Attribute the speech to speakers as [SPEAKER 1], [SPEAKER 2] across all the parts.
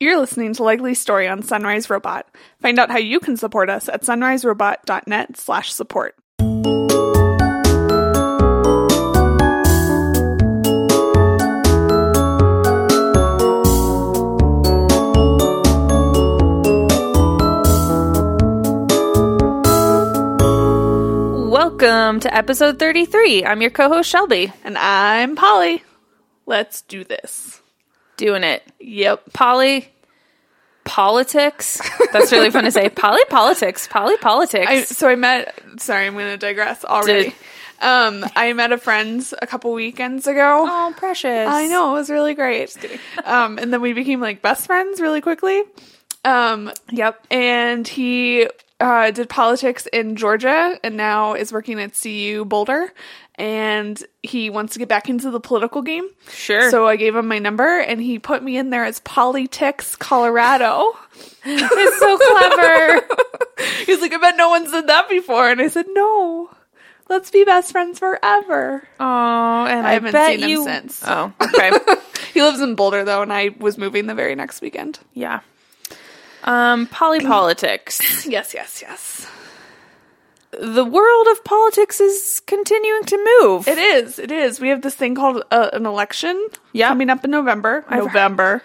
[SPEAKER 1] You're listening to Likely Story on Sunrise Robot. Find out how you can support us at sunriserobot.net slash support.
[SPEAKER 2] Welcome to episode 33. I'm your co host, Shelby.
[SPEAKER 1] And I'm Polly. Let's do this.
[SPEAKER 2] Doing it.
[SPEAKER 1] Yep.
[SPEAKER 2] Polly politics. That's really fun to say. Polly politics. Polly politics.
[SPEAKER 1] I, so I met, sorry, I'm going to digress already.
[SPEAKER 2] Dude.
[SPEAKER 1] Um, I met a friend's a couple weekends ago.
[SPEAKER 2] oh, precious.
[SPEAKER 1] I know, it was really great. um, and then we became like best friends really quickly. Um,
[SPEAKER 2] Yep.
[SPEAKER 1] and he uh, did politics in Georgia and now is working at CU Boulder. And he wants to get back into the political game.
[SPEAKER 2] Sure.
[SPEAKER 1] So I gave him my number and he put me in there as Politics Colorado.
[SPEAKER 2] it's so clever.
[SPEAKER 1] He's like, I bet no one said that before. And I said, no, let's be best friends forever.
[SPEAKER 2] Oh, and I,
[SPEAKER 1] haven't
[SPEAKER 2] bet
[SPEAKER 1] seen him
[SPEAKER 2] you-
[SPEAKER 1] since.
[SPEAKER 2] Oh, okay.
[SPEAKER 1] He lives in Boulder though, and I was moving the very next weekend.
[SPEAKER 2] yeah. Um, poly politics.
[SPEAKER 1] Yes, yes, yes.
[SPEAKER 2] The world of politics is continuing to move.
[SPEAKER 1] It is. It is. We have this thing called uh, an election
[SPEAKER 2] Yeah.
[SPEAKER 1] coming up in November. November.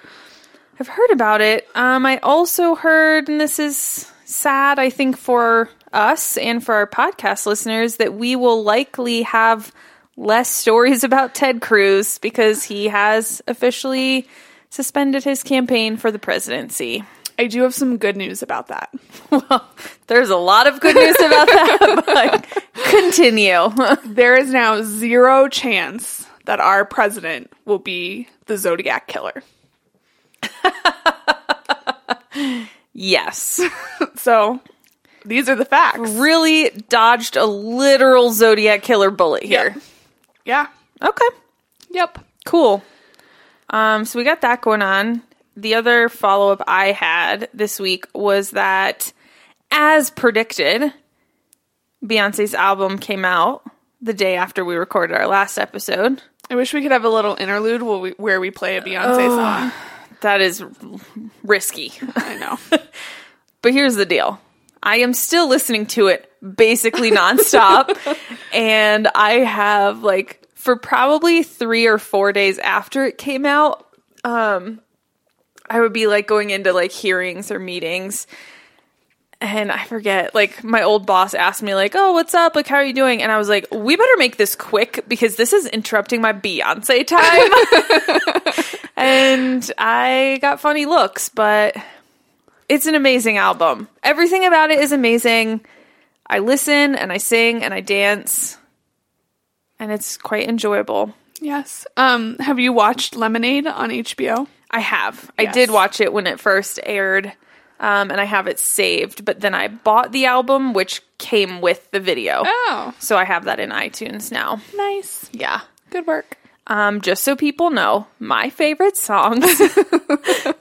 [SPEAKER 2] I've heard about it. Um, I also heard, and this is sad, I think, for us and for our podcast listeners, that we will likely have less stories about Ted Cruz because he has officially suspended his campaign for the presidency.
[SPEAKER 1] I do have some good news about that.
[SPEAKER 2] Well, there's a lot of good news about that, but continue.
[SPEAKER 1] There is now zero chance that our president will be the Zodiac killer.
[SPEAKER 2] yes.
[SPEAKER 1] So these are the facts.
[SPEAKER 2] Really dodged a literal Zodiac killer bullet here.
[SPEAKER 1] Yeah.
[SPEAKER 2] Okay.
[SPEAKER 1] Yep.
[SPEAKER 2] Cool. Um, so we got that going on. The other follow up I had this week was that, as predicted, Beyonce's album came out the day after we recorded our last episode.
[SPEAKER 1] I wish we could have a little interlude where we, where we play a Beyonce song.
[SPEAKER 2] That is risky.
[SPEAKER 1] I know.
[SPEAKER 2] But here's the deal I am still listening to it basically nonstop. and I have, like, for probably three or four days after it came out, um, I would be like going into like hearings or meetings. And I forget, like, my old boss asked me, like, oh, what's up? Like, how are you doing? And I was like, we better make this quick because this is interrupting my Beyonce time. and I got funny looks, but it's an amazing album. Everything about it is amazing. I listen and I sing and I dance, and it's quite enjoyable.
[SPEAKER 1] yes. Um, have you watched Lemonade on HBO?
[SPEAKER 2] I have. I
[SPEAKER 1] Yes.
[SPEAKER 2] did watch it when it first aired, um, and I have it saved, but then I bought the album, which came with the video.
[SPEAKER 1] Oh,
[SPEAKER 2] So I have that in iTunes now.
[SPEAKER 1] nice.
[SPEAKER 2] Yeah.
[SPEAKER 1] Good work.
[SPEAKER 2] Um, just so people know, my favorite songs,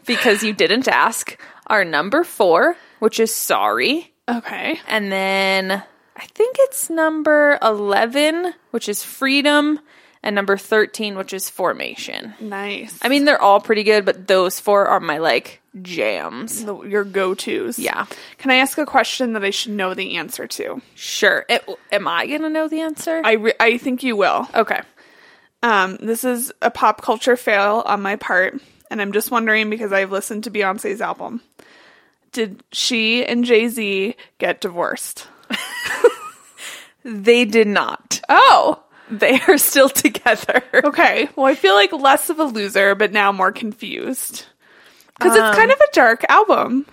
[SPEAKER 2] because you didn't ask, are number four, which is Sorry.
[SPEAKER 1] Okay.
[SPEAKER 2] And then I think it's number 11, which is Freedom, and number 13, which is Formation.
[SPEAKER 1] Nice.
[SPEAKER 2] I mean, they're all pretty good, but those four are my like jams.
[SPEAKER 1] the, your go tos.
[SPEAKER 2] Yeah.
[SPEAKER 1] Can I ask a question that I should know the answer to?
[SPEAKER 2] Sure. It, am I going to know the answer?
[SPEAKER 1] I, re- I think you will.
[SPEAKER 2] okay.
[SPEAKER 1] Um, this is a pop culture fail on my part, and I'm just wondering because I've listened to Beyonce's album. Did she and Jay Z get divorced?
[SPEAKER 2] They did not.
[SPEAKER 1] Oh,
[SPEAKER 2] They are still together.
[SPEAKER 1] okay. Well, I feel like less of a loser, but now more confused. Because it's kind of a dark album.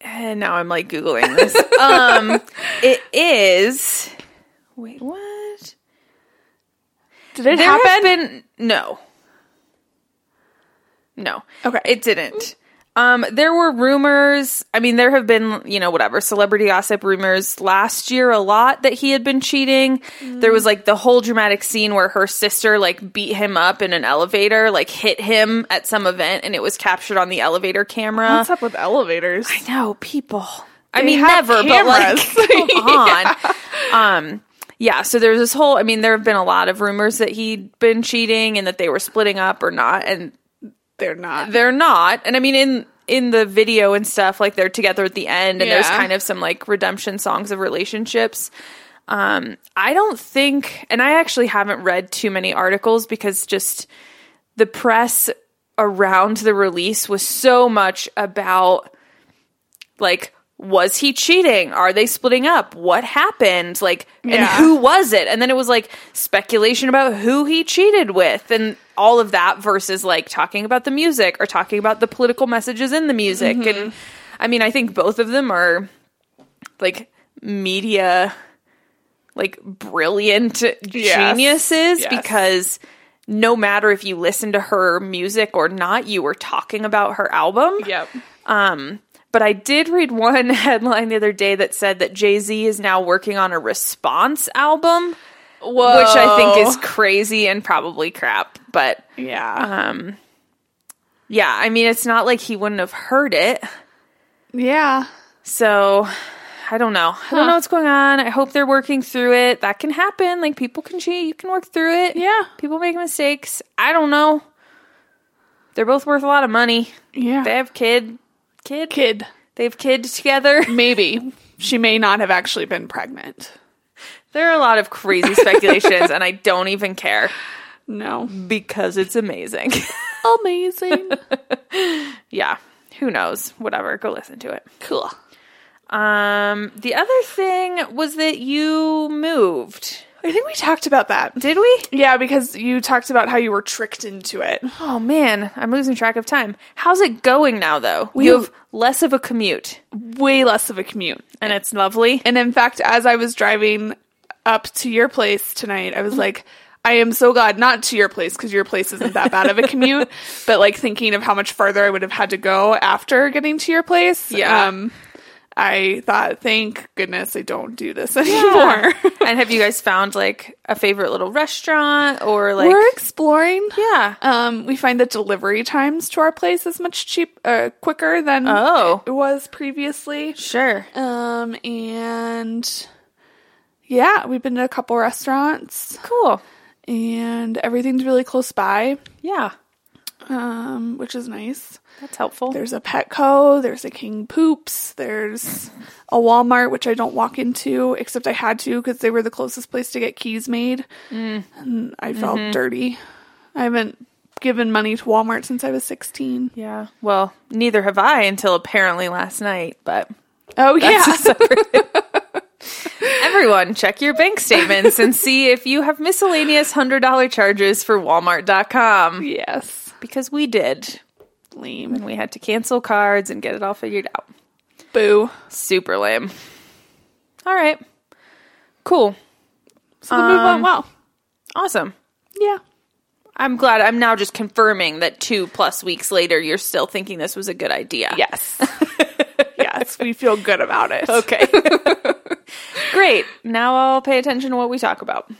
[SPEAKER 2] And now I'm like Googling this. um, it is. Wait, what?
[SPEAKER 1] Did it
[SPEAKER 2] there
[SPEAKER 1] happen?
[SPEAKER 2] have been no no
[SPEAKER 1] Okay.
[SPEAKER 2] it didn't um there were rumors i mean there have been you know whatever celebrity gossip rumors last year a lot that he had been cheating there was like the whole dramatic scene where her sister like beat him up in an elevator like hit him at some event and it was captured on the elevator camera
[SPEAKER 1] What's up with elevators?
[SPEAKER 2] no, people. I
[SPEAKER 1] They
[SPEAKER 2] mean,
[SPEAKER 1] have
[SPEAKER 2] never, but
[SPEAKER 1] cameras.
[SPEAKER 2] like, come on. Um, yeah. So there's this whole. I mean, there have been a lot of rumors that he'd been cheating and that they were splitting up or not, and
[SPEAKER 1] They're not.
[SPEAKER 2] they're not and i mean in in the video and stuff like they're together at the end and there's
[SPEAKER 1] Yeah.
[SPEAKER 2] kind of some like redemption songs of relationships um i don't think and i actually haven't read too many articles because just the press around the release was so much about like was he cheating are they splitting up what happened like and
[SPEAKER 1] Yeah.
[SPEAKER 2] who was it and then it was like speculation about who he cheated with and all of that versus like talking about the music or talking about the political messages in the music
[SPEAKER 1] Mm-hmm.
[SPEAKER 2] and i mean i think both of them are like media like brilliant geniuses
[SPEAKER 1] Yes.
[SPEAKER 2] because no matter if you listen to her music or not, you were talking about her album.
[SPEAKER 1] Yep.
[SPEAKER 2] But I did read one headline the other day that said that Jay Z is now working on a response album,
[SPEAKER 1] Whoa.
[SPEAKER 2] which I think is crazy and probably crap. But
[SPEAKER 1] yeah.
[SPEAKER 2] yeah, I mean, it's not like he wouldn't have heard it.
[SPEAKER 1] yeah.
[SPEAKER 2] So I don't know. I don't know what's going on. I hope they're working through it. That can happen. Like people can cheat, you can work through it.
[SPEAKER 1] Yeah.
[SPEAKER 2] People make mistakes. I don't know. They're both worth a lot of money.
[SPEAKER 1] Yeah.
[SPEAKER 2] They have kid kid
[SPEAKER 1] kid.
[SPEAKER 2] they have kids together.
[SPEAKER 1] Maybe. She may not have actually been pregnant.
[SPEAKER 2] There are a lot of crazy speculations and I don't even care
[SPEAKER 1] No.
[SPEAKER 2] because it's amazing.
[SPEAKER 1] Amazing.
[SPEAKER 2] yeah. Who knows? Whatever. Go listen to it.
[SPEAKER 1] cool.
[SPEAKER 2] Um the other thing was that you moved.
[SPEAKER 1] I think we talked about that.
[SPEAKER 2] Did we?
[SPEAKER 1] Yeah, because you talked about how you were tricked into it.
[SPEAKER 2] Oh man, I'm losing track of time. How's it going now though?
[SPEAKER 1] We-
[SPEAKER 2] you have less of a commute
[SPEAKER 1] Way less of a commute.
[SPEAKER 2] and it's lovely.
[SPEAKER 1] And in fact, as I was driving up to your place tonight, I was like, I am so glad not to your place because your place isn't that bad of a commute, but like thinking of how much farther I would have had to go after getting to your place.
[SPEAKER 2] Yeah.
[SPEAKER 1] Um, I thought, thank goodness I don't do this anymore.
[SPEAKER 2] and have you guys found like a favorite little restaurant or like
[SPEAKER 1] We're exploring.
[SPEAKER 2] Yeah.
[SPEAKER 1] Um, we find that delivery times to our place is much cheap, uh, quicker than
[SPEAKER 2] Oh.
[SPEAKER 1] it was previously.
[SPEAKER 2] Sure.
[SPEAKER 1] Um, and yeah, we've been to a couple restaurants,
[SPEAKER 2] Cool.
[SPEAKER 1] and everything's really close by,
[SPEAKER 2] Yeah.
[SPEAKER 1] um, which is nice.
[SPEAKER 2] That's helpful.
[SPEAKER 1] There's a Petco, there's a King Poops, there's a Walmart, which I don't walk into, except I had to because they were the closest place to get keys made, and I felt dirty. I haven't given money to Walmart since I was 16.
[SPEAKER 2] yeah. Well, neither have I until apparently last night, but
[SPEAKER 1] Oh, yeah.
[SPEAKER 2] that's a separate- Everyone, check your bank statements and see if you have miscellaneous $100 charges for Walmart.com
[SPEAKER 1] yes.
[SPEAKER 2] because we did.
[SPEAKER 1] Lame.
[SPEAKER 2] And we had to cancel cards and get it all figured out.
[SPEAKER 1] Boo.
[SPEAKER 2] Super lame. All right. Cool.
[SPEAKER 1] So the move went well.
[SPEAKER 2] Awesome.
[SPEAKER 1] Um, Yeah.
[SPEAKER 2] I'm glad I'm now just confirming that two plus weeks later, you're still thinking this was a good idea.
[SPEAKER 1] Yes. yes, we feel good about it.
[SPEAKER 2] Okay. Great. Now I'll pay attention to what we talk about.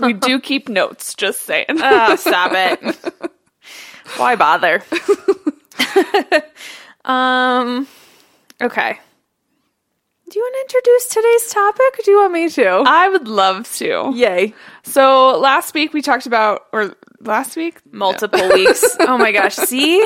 [SPEAKER 1] We do keep notes, just saying.
[SPEAKER 2] Oh, stop it. Why bother? um, okay. Do you want to introduce today's topic or do you want me to?
[SPEAKER 1] I would love to.
[SPEAKER 2] Uh, Yay.
[SPEAKER 1] So last week we talked about, or last week?
[SPEAKER 2] Multiple weeks. Oh my gosh. See?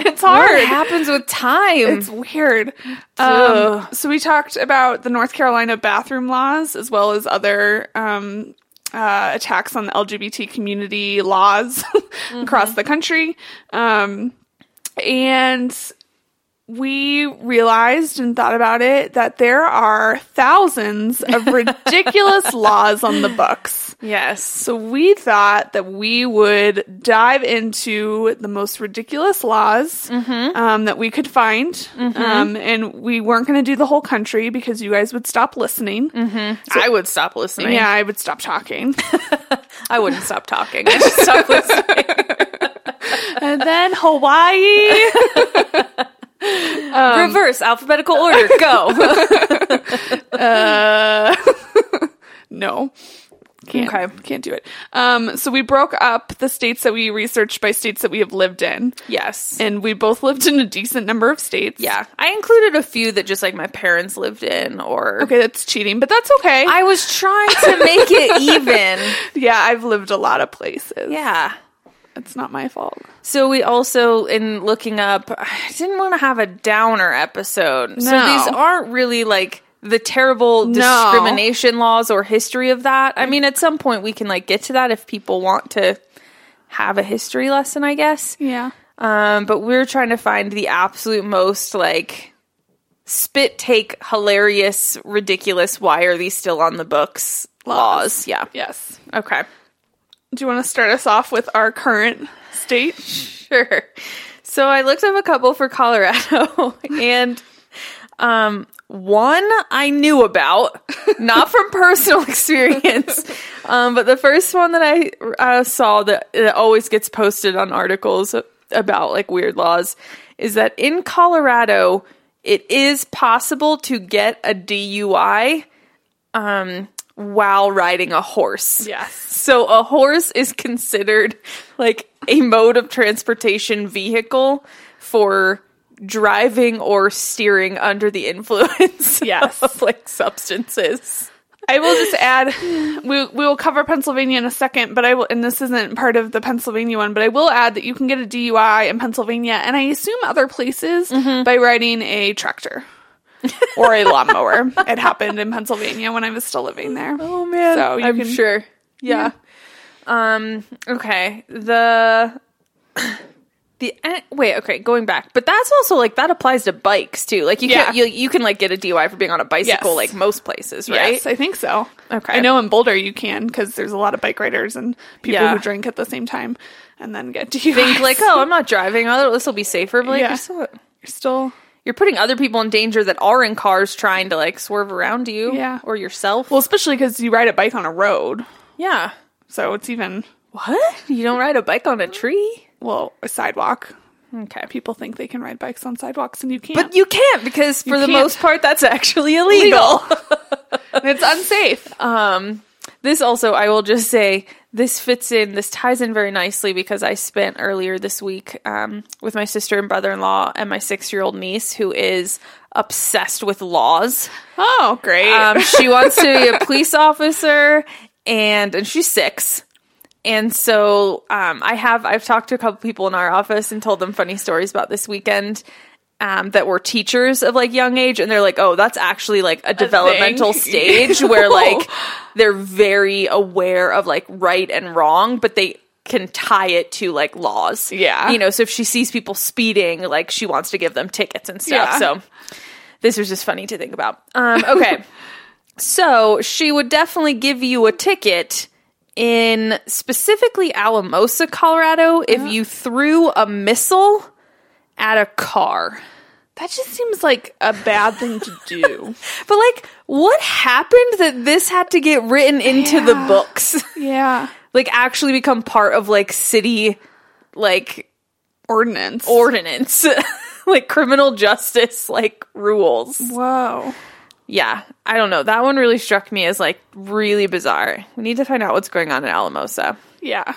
[SPEAKER 1] It's
[SPEAKER 2] What
[SPEAKER 1] hard.
[SPEAKER 2] happens with time?
[SPEAKER 1] It's weird. Um,
[SPEAKER 2] Ugh.
[SPEAKER 1] so we talked about the North Carolina bathroom laws as well as other um, uh, attacks on the LGBT community laws across the country. Um, and we realized and thought about it that there are thousands of ridiculous laws on the books.
[SPEAKER 2] yes.
[SPEAKER 1] So we thought that we would dive into the most ridiculous laws um, that we could find, um, and we weren't going to do the whole country because you guys would stop listening.
[SPEAKER 2] I would stop listening.
[SPEAKER 1] Yeah, I would stop talking,
[SPEAKER 2] I wouldn't stop talking. I just stop listening.
[SPEAKER 1] and then Hawaii.
[SPEAKER 2] Reverse alphabetical order. Go.
[SPEAKER 1] no. Can't,
[SPEAKER 2] Okay.
[SPEAKER 1] can't do it. Um, so we broke up the states that we researched by states that we have lived in,
[SPEAKER 2] yes.
[SPEAKER 1] and we both lived in a decent number of states.
[SPEAKER 2] Yeah. I included a few that just like my parents lived in or
[SPEAKER 1] Okay, that's cheating, but that's okay.
[SPEAKER 2] I was trying to make it even.
[SPEAKER 1] yeah, I've lived a lot of places.
[SPEAKER 2] Yeah.
[SPEAKER 1] It's not my fault.
[SPEAKER 2] So we also, in looking up, I didn't want to have a downer episode. So
[SPEAKER 1] No.
[SPEAKER 2] these aren't really like the terrible
[SPEAKER 1] No.
[SPEAKER 2] discrimination laws or history of that. I mean, at some point we can like get to that if people want to have a history lesson, I guess.
[SPEAKER 1] Yeah.
[SPEAKER 2] Um, but we're trying to find the absolute most like spit take, hilarious, ridiculous. Why are these still on the books? Laws. Yeah.
[SPEAKER 1] Yes.
[SPEAKER 2] Okay.
[SPEAKER 1] Do you want to start us off with our current state?
[SPEAKER 2] Sure. So I looked up a couple for Colorado and um one I knew about, not from personal experience. Um but the first one that I uh, saw that that always gets posted on articles about like weird laws is that in Colorado it is possible to get a DUI um while riding a horse.
[SPEAKER 1] Yes.
[SPEAKER 2] So a horse is considered like a mode of transportation vehicle for driving or steering under the influence
[SPEAKER 1] Yes.
[SPEAKER 2] of like substances.
[SPEAKER 1] I will just add, we we will cover Pennsylvania in a second, but I will, and this isn't part of the Pennsylvania one, but I will add that you can get a DUI in Pennsylvania, and I assume other places,
[SPEAKER 2] Mm-hmm.
[SPEAKER 1] by riding a tractor or a lawnmower. it happened in Pennsylvania when I was still living there.
[SPEAKER 2] Oh man.
[SPEAKER 1] So you
[SPEAKER 2] I'm
[SPEAKER 1] can-
[SPEAKER 2] sure. Yeah. Um okay. The the eh, wait, okay, going back. But that's also like that applies to bikes too. Like you
[SPEAKER 1] Yeah.
[SPEAKER 2] can you, you can like get a DUI for being on a bicycle
[SPEAKER 1] Yes.
[SPEAKER 2] like most places, right?
[SPEAKER 1] Yes, I think so.
[SPEAKER 2] Okay.
[SPEAKER 1] I know in Boulder you can because there's a lot of bike riders and people
[SPEAKER 2] Yeah.
[SPEAKER 1] who drink at the same time and then get DUIs.
[SPEAKER 2] Think like, oh, I'm not driving. Oh, this will be safer. But like,
[SPEAKER 1] Yeah.
[SPEAKER 2] you're still-
[SPEAKER 1] You're still
[SPEAKER 2] you're putting other people in danger that are in cars trying to like swerve around you
[SPEAKER 1] Yeah.
[SPEAKER 2] or yourself.
[SPEAKER 1] well, especially because you ride a bike on a road,
[SPEAKER 2] yeah.
[SPEAKER 1] so it's even
[SPEAKER 2] What? You don't ride a bike on a tree?
[SPEAKER 1] well a sidewalk.
[SPEAKER 2] Okay.
[SPEAKER 1] People think they can ride bikes on sidewalks, and you can't.
[SPEAKER 2] But you can't because for the
[SPEAKER 1] can't.
[SPEAKER 2] most part that's actually illegal.
[SPEAKER 1] And it's unsafe.
[SPEAKER 2] um this also I will just say this fits in this ties in very nicely because I spent earlier this week um, with my sister and brother-in-law and my 6-year-old niece who is obsessed with laws.
[SPEAKER 1] oh, great.
[SPEAKER 2] Um, she wants to be a police officer, and and she's six. And so um, I have I've talked to a couple people in our office and told them funny stories about this weekend um, that were teachers of like young age, and they're like, oh, that's actually like a developmental stage where like they're very aware of like right and wrong, but they can tie it to like laws.
[SPEAKER 1] Yeah.
[SPEAKER 2] you know. So if she sees people speeding, like she wants to give them tickets and stuff.
[SPEAKER 1] Yeah.
[SPEAKER 2] So this was just funny to think about. Um, okay. so she would definitely give you a ticket in specifically Alamosa, Colorado,
[SPEAKER 1] Uh-huh.
[SPEAKER 2] if you threw a missile at a car.
[SPEAKER 1] that just seems like a bad thing to do.
[SPEAKER 2] But like, what happened that this had to get written into the
[SPEAKER 1] Yeah.
[SPEAKER 2] books?
[SPEAKER 1] yeah.
[SPEAKER 2] like actually become part of like city like
[SPEAKER 1] Ordinance.
[SPEAKER 2] ordinance. like criminal justice like rules.
[SPEAKER 1] Whoa.
[SPEAKER 2] yeah, I don't know. That one really struck me as like really bizarre. We need to find out what's going on in Alamosa.
[SPEAKER 1] Yeah.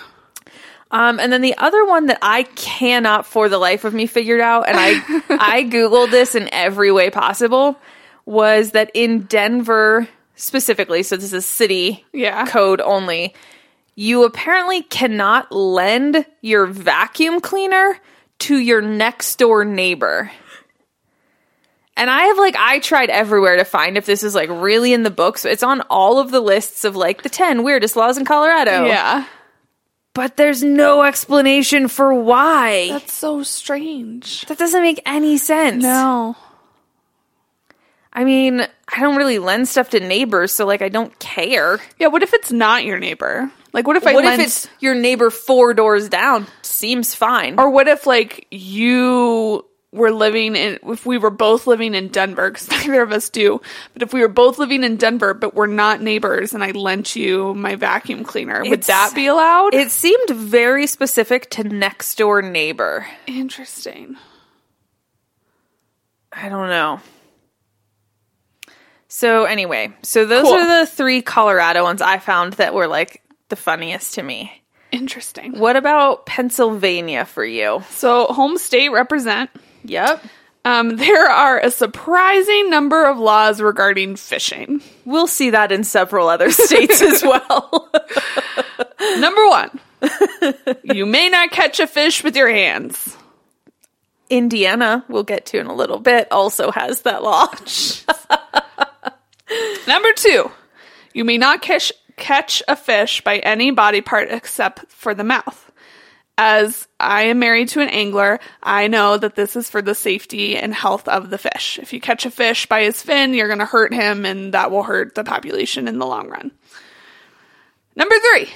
[SPEAKER 2] Um, and then the other one that I cannot for the life of me figured out, and I I googled this in every way possible, was that in Denver specifically, so this is city
[SPEAKER 1] Yeah.
[SPEAKER 2] code only, you apparently cannot lend your vacuum cleaner to your next door neighbor. And I have like I tried everywhere to find if this is like really in the books. It's on all of the lists of like the 10 weirdest laws in Colorado
[SPEAKER 1] Yeah.
[SPEAKER 2] but there's no explanation for why.
[SPEAKER 1] That's so strange.
[SPEAKER 2] that doesn't make any sense.
[SPEAKER 1] No.
[SPEAKER 2] I mean, I don't really lend stuff to neighbors, so like I don't care.
[SPEAKER 1] Yeah. What if it's not your neighbor? Like, what if I
[SPEAKER 2] what
[SPEAKER 1] lent-
[SPEAKER 2] if it's your neighbor four doors down? Seems fine.
[SPEAKER 1] or what if like you were living in if we were both living in Denver because neither of us do but if we were both living in Denver but we're not neighbors and I lent you my vacuum cleaner would
[SPEAKER 2] It's-
[SPEAKER 1] that be allowed
[SPEAKER 2] it seemed very specific to next door neighbor.
[SPEAKER 1] interesting
[SPEAKER 2] I don't know. So anyway, so those
[SPEAKER 1] Cool.
[SPEAKER 2] are the three Colorado ones I found that were like the funniest to me.
[SPEAKER 1] interesting
[SPEAKER 2] What about Pennsylvania for you?
[SPEAKER 1] so home state represent
[SPEAKER 2] Yep.
[SPEAKER 1] um, there are a surprising number of laws regarding fishing
[SPEAKER 2] We'll see that in several other states as well.
[SPEAKER 1] number one you may not catch a fish with your hands.
[SPEAKER 2] Indiana, we'll get to in a little bit, also has that law.
[SPEAKER 1] Number two, you may not catch, catch a fish by any body part except for the mouth. As I am married to an angler, I know that this is for the safety and health of the fish. If you catch a fish by his fin, you're going to hurt him, and that will hurt the population in the long run. Number three,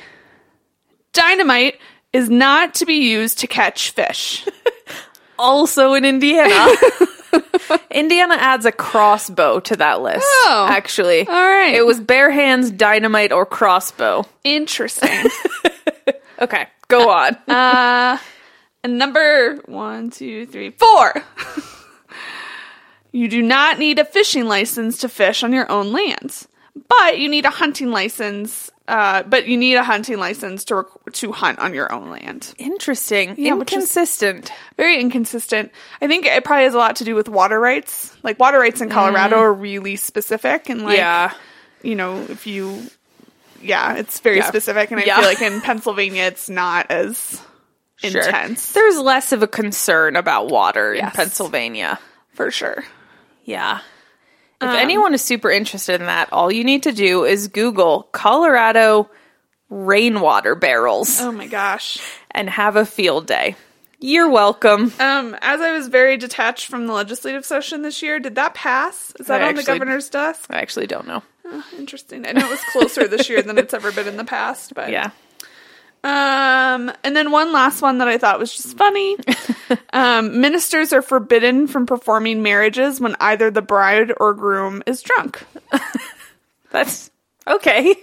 [SPEAKER 1] dynamite is not to be used to catch fish.
[SPEAKER 2] also in Indiana. Indiana adds a crossbow to that list.
[SPEAKER 1] Oh.
[SPEAKER 2] actually.
[SPEAKER 1] All right.
[SPEAKER 2] It was bare hands, dynamite, or crossbow.
[SPEAKER 1] Interesting.
[SPEAKER 2] Okay, go on.
[SPEAKER 1] Uh, and number one, two, three, four. you do not need a fishing license to fish on your own land, but you need a hunting license. Uh, but you need a hunting license to rec- to hunt on your own land.
[SPEAKER 2] Interesting.
[SPEAKER 1] which is-
[SPEAKER 2] Inconsistent.
[SPEAKER 1] Very inconsistent. I think it probably has a lot to do with water rights. Like water rights in Colorado are really specific, and like
[SPEAKER 2] Mm. yeah.
[SPEAKER 1] you know if you, yeah, it's very
[SPEAKER 2] Yeah.
[SPEAKER 1] specific. And I
[SPEAKER 2] Yeah.
[SPEAKER 1] feel like in Pennsylvania, it's not as
[SPEAKER 2] Sure.
[SPEAKER 1] intense
[SPEAKER 2] There's less of a concern about water in
[SPEAKER 1] Yes.
[SPEAKER 2] Pennsylvania.
[SPEAKER 1] for sure.
[SPEAKER 2] Yeah. If
[SPEAKER 1] Um,
[SPEAKER 2] anyone is super interested in that, all you need to do is Google Colorado rainwater barrels
[SPEAKER 1] Oh my gosh.
[SPEAKER 2] and have a field day. You're welcome.
[SPEAKER 1] Um, as I was very detached from the legislative session this year, did that pass? Is that
[SPEAKER 2] I
[SPEAKER 1] on the
[SPEAKER 2] actually-
[SPEAKER 1] governor's desk?
[SPEAKER 2] I actually don't know.
[SPEAKER 1] Interesting. I know it was closer this year than it's ever been in the past, but
[SPEAKER 2] Yeah.
[SPEAKER 1] Um, and then one last one that I thought was just funny. um, ministers are forbidden from performing marriages when either the bride or groom is drunk.
[SPEAKER 2] That's okay.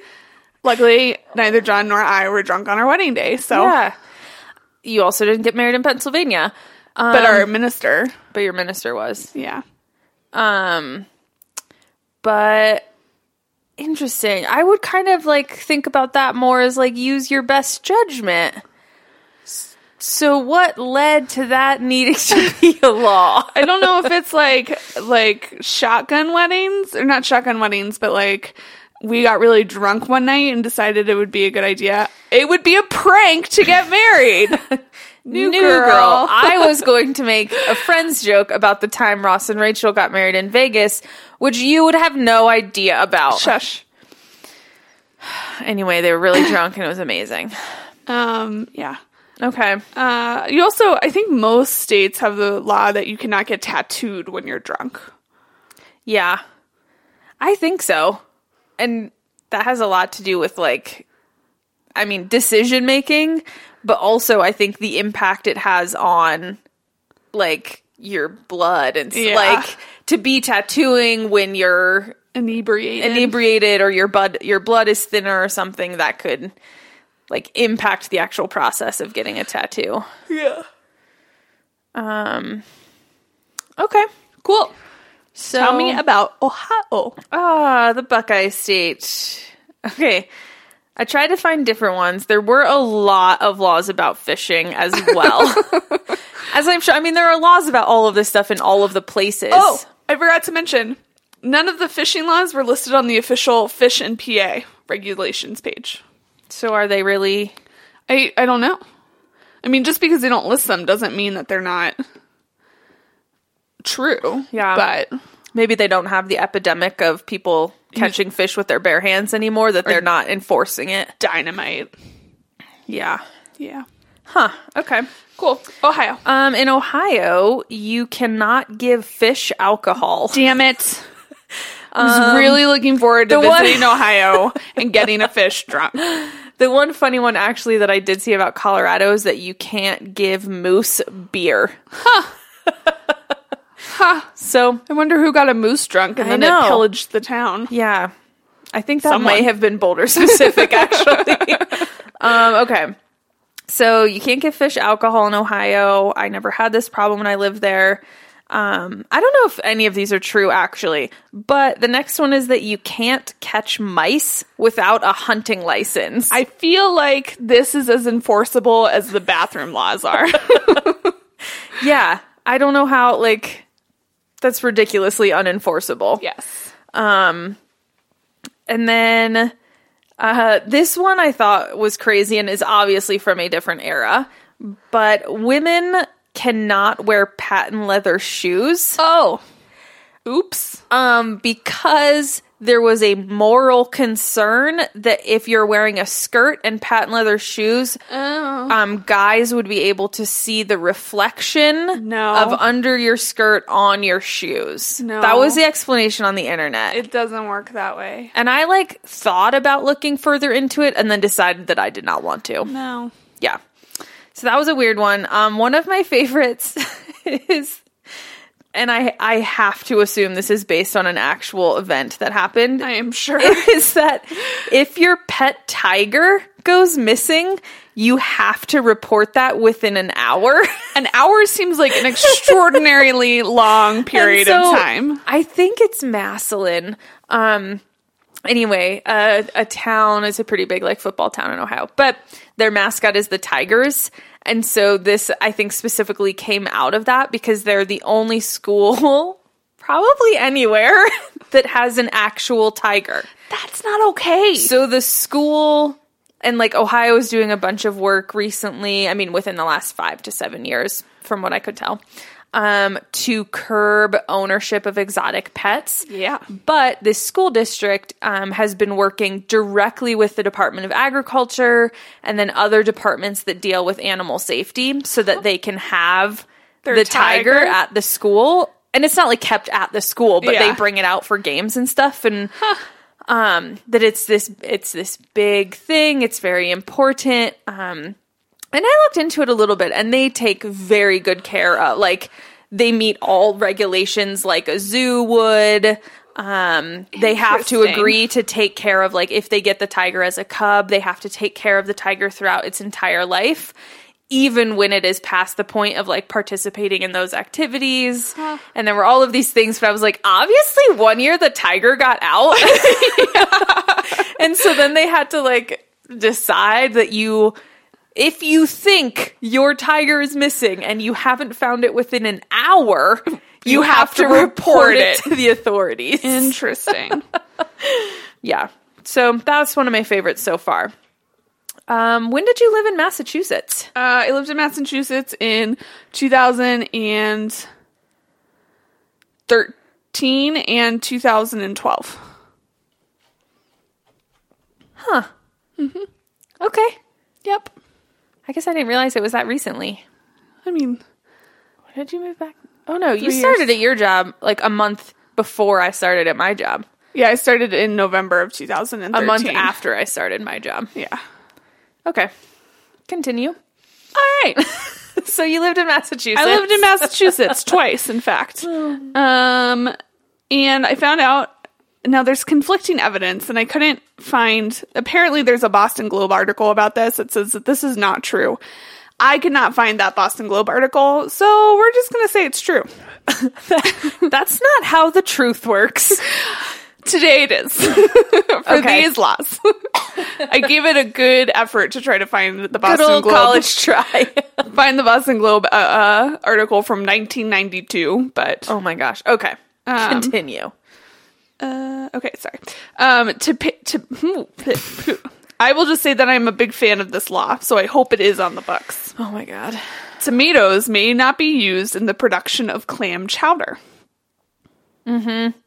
[SPEAKER 1] Luckily, neither John nor I were drunk on our wedding day, so
[SPEAKER 2] Yeah. You also didn't get married in Pennsylvania, um,
[SPEAKER 1] but our minister,
[SPEAKER 2] but your minister was.
[SPEAKER 1] yeah.
[SPEAKER 2] Um, but interesting. I would kind of like think about that more as like use your best judgment. S- So what led to that needing to be a law?
[SPEAKER 1] I don't know if it's like like shotgun weddings or not shotgun weddings, but like we got really drunk one night and decided it would be a good idea. It would be a prank to get married. New, girl.
[SPEAKER 2] I was going to make a friend's joke about the time Ross and Rachel got married in Vegas, which you would have no idea about.
[SPEAKER 1] Shush.
[SPEAKER 2] Anyway, they were really drunk and it was amazing.
[SPEAKER 1] Um, yeah.
[SPEAKER 2] Okay.
[SPEAKER 1] Uh, you also, I think most states have the law that you cannot get tattooed when you're drunk.
[SPEAKER 2] Yeah. I think so. And that has a lot to do with like I mean, decision making, but also I think the impact it has on like your blood and s-
[SPEAKER 1] Yeah.
[SPEAKER 2] like to be tattooing when you're
[SPEAKER 1] Inebriated.
[SPEAKER 2] inebriated or your blood your blood is thinner or something that could like impact the actual process of getting a tattoo.
[SPEAKER 1] yeah.
[SPEAKER 2] Um okay.
[SPEAKER 1] Cool.
[SPEAKER 2] So
[SPEAKER 1] Tell me about Ohio.
[SPEAKER 2] Ah, the Buckeye State. Okay. I tried to find different ones. There were a lot of laws about fishing as well. as I'm sure, I mean, there are laws about all of this stuff in all of the places.
[SPEAKER 1] Oh, I forgot to mention, none of the fishing laws were listed on the official Fish and PA regulations page.
[SPEAKER 2] So are they really?
[SPEAKER 1] I I don't know. I mean, just because they don't list them doesn't mean that they're not true.
[SPEAKER 2] Yeah.
[SPEAKER 1] but
[SPEAKER 2] Maybe they don't have the epidemic of people
[SPEAKER 1] Mm.
[SPEAKER 2] catching fish with their bare hands anymore, that they're not enforcing it.
[SPEAKER 1] dynamite.
[SPEAKER 2] Yeah.
[SPEAKER 1] Yeah,
[SPEAKER 2] Huh. Okay.
[SPEAKER 1] cool. Ohio.
[SPEAKER 2] Um, in Ohio, you cannot give fish alcohol. Um,
[SPEAKER 1] Damn it. I was really looking forward to
[SPEAKER 2] the one-
[SPEAKER 1] visiting Ohio and getting a fish drunk.
[SPEAKER 2] The one funny one actually that I did see about Colorado is that you can't give moose beer. Huh. So
[SPEAKER 1] I wonder who got a moose drunk and
[SPEAKER 2] I
[SPEAKER 1] then it
[SPEAKER 2] know.
[SPEAKER 1] pillaged the town.
[SPEAKER 2] yeah, I think that
[SPEAKER 1] Someone.
[SPEAKER 2] may have been Boulder specific actually. um, okay, so you can't give fish alcohol in Ohio. I never had this problem when I lived there. Um, I don't know if any of these are true actually, but the next one is that you can't catch mice without a hunting license.
[SPEAKER 1] I feel like this is as enforceable as the bathroom laws are.
[SPEAKER 2] Yeah, I don't know how like that's ridiculously unenforceable.
[SPEAKER 1] yes.
[SPEAKER 2] And then Uh, this one I thought was crazy and is obviously from a different era, but women cannot wear patent leather shoes
[SPEAKER 1] Oh. Oops.
[SPEAKER 2] um, because there was a moral concern that if you're wearing a skirt and patent leather shoes,
[SPEAKER 1] Oh.
[SPEAKER 2] um, guys would be able to see the reflection
[SPEAKER 1] No.
[SPEAKER 2] of under your skirt on your shoes.
[SPEAKER 1] No.
[SPEAKER 2] That was the explanation on the internet.
[SPEAKER 1] It doesn't work that way.
[SPEAKER 2] and I like thought about looking further into it and then decided that I did not want to.
[SPEAKER 1] No.
[SPEAKER 2] Yeah. So that was a weird one. Um, one of my favorites is, and I I have to assume this is based on an actual event that happened.
[SPEAKER 1] I am sure.
[SPEAKER 2] is that if your pet tiger goes missing, you have to report that within an hour.
[SPEAKER 1] An hour seems like an extraordinarily long period
[SPEAKER 2] And so
[SPEAKER 1] of time.
[SPEAKER 2] I think it's Massillon. Um, anyway, uh, a town is a pretty big like football town in Ohio, but their mascot is the Tigers. And so this, I think, specifically came out of that because they're the only school, probably anywhere, that has an actual tiger.
[SPEAKER 1] That's not okay.
[SPEAKER 2] So the school and like Ohio is doing a bunch of work recently. I mean, within the last five to seven years, from what I could tell, um, to curb ownership of exotic pets.
[SPEAKER 1] yeah.
[SPEAKER 2] But this school district um, has been working directly with the Department of Agriculture and then other departments that deal with animal safety so that they can have
[SPEAKER 1] Their
[SPEAKER 2] the tiger.
[SPEAKER 1] tiger.
[SPEAKER 2] at the school. And it's not like kept at the school, but
[SPEAKER 1] Yeah.
[SPEAKER 2] they bring it out for games and stuff. And um, that it's this it's this big thing. It's very important. Um, and I looked into it a little bit, and they take very good care of like they meet all regulations like a zoo would. Um, they have to
[SPEAKER 1] Interesting.
[SPEAKER 2] agree to take care of like if they get the tiger as a cub, they have to take care of the tiger throughout its entire life, even when it is past the point of like participating in those activities.
[SPEAKER 1] Huh.
[SPEAKER 2] And there were all of these things, but I was like, obviously, one year the tiger got out. And so then they had to like decide that you if you think your tiger is missing and you haven't found it within an hour, you, have, to report,
[SPEAKER 1] it.
[SPEAKER 2] it. to the authorities.
[SPEAKER 1] Interesting.
[SPEAKER 2] yeah. So that's one of my favorites so far. Um, when did you live in Massachusetts?
[SPEAKER 1] uh, I lived in Massachusetts in 2013 and 2012.
[SPEAKER 2] Okay.
[SPEAKER 1] Yep.
[SPEAKER 2] I guess I didn't realize it was that recently.
[SPEAKER 1] I mean,
[SPEAKER 2] When did you move back? Oh no, you
[SPEAKER 1] Three years.
[SPEAKER 2] started at your job like a month before I started at my job.
[SPEAKER 1] yeah, I started in November of 2013.
[SPEAKER 2] A month after I started my job.
[SPEAKER 1] Yeah.
[SPEAKER 2] Okay. Continue. All right. so you lived in Massachusetts. Oh.
[SPEAKER 1] I lived in Massachusetts twice, in fact. Um, and I found out now there's conflicting evidence, and I couldn't find. Apparently, there's a Boston Globe article about this that says that this is not true. I could not find that Boston Globe article, so we're just going to say it's true.
[SPEAKER 2] That's not how the truth works.
[SPEAKER 1] Today it is for
[SPEAKER 2] Okay.
[SPEAKER 1] these laws. I gave it a good effort to try to find the
[SPEAKER 2] Good
[SPEAKER 1] Boston
[SPEAKER 2] old
[SPEAKER 1] Globe.
[SPEAKER 2] college try.
[SPEAKER 1] Find the Boston Globe uh, uh, article from 1992, but
[SPEAKER 2] oh my gosh. Okay.
[SPEAKER 1] Um,
[SPEAKER 2] Continue.
[SPEAKER 1] Uh, okay, sorry. Um, to hmm, pi- to I will just say that I'm a big fan of this law, so I hope it is on the books.
[SPEAKER 2] Oh my god.
[SPEAKER 1] Tomatoes may not be used in the production of clam chowder. Mm-hmm.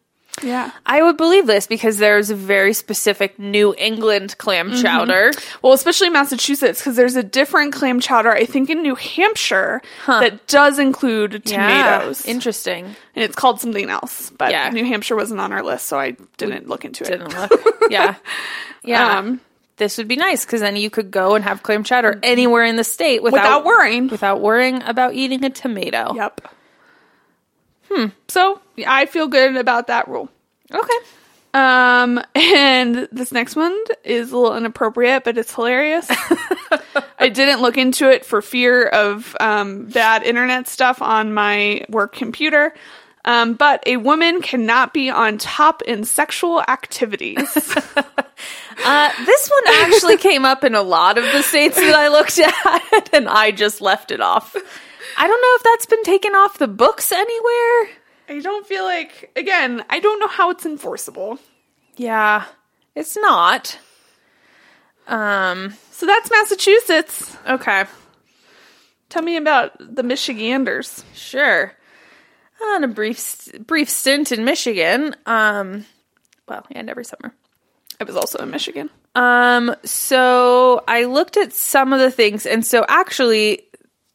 [SPEAKER 1] Yeah.
[SPEAKER 2] I would believe this because there's a very specific New England clam chowder.
[SPEAKER 1] Well, especially Massachusetts, because there's a different clam chowder, I think, in New Hampshire that does include tomatoes.
[SPEAKER 2] Yeah. Interesting.
[SPEAKER 1] and it's called something else, but
[SPEAKER 2] Yeah.
[SPEAKER 1] New Hampshire wasn't on our list, so I didn't look into it.
[SPEAKER 2] Didn't look. yeah. Yeah.
[SPEAKER 1] Um,
[SPEAKER 2] this would be nice because then you could go and have clam chowder anywhere in the state without,
[SPEAKER 1] Without worrying.
[SPEAKER 2] without worrying about eating a tomato.
[SPEAKER 1] Yep. Hmm. So I feel good about that rule.
[SPEAKER 2] Okay.
[SPEAKER 1] Um, and this next one is a little inappropriate, but it's hilarious. I didn't look into it for fear of um, bad internet stuff on my work computer. Um, but a woman cannot be on top in sexual activities.
[SPEAKER 2] Uh, this one actually came up in a lot of the states that I looked at, and I just left it off. I don't know if that's been taken off the books anywhere.
[SPEAKER 1] I don't feel like, again, I don't know how it's enforceable.
[SPEAKER 2] Yeah, it's not. Um,
[SPEAKER 1] So that's Massachusetts.
[SPEAKER 2] okay.
[SPEAKER 1] Tell me about the Michiganders.
[SPEAKER 2] Sure. On a brief st- brief stint in Michigan, um, well, and every summer.
[SPEAKER 1] I was also in Michigan.
[SPEAKER 2] Um, so I looked at some of the things, and so actually,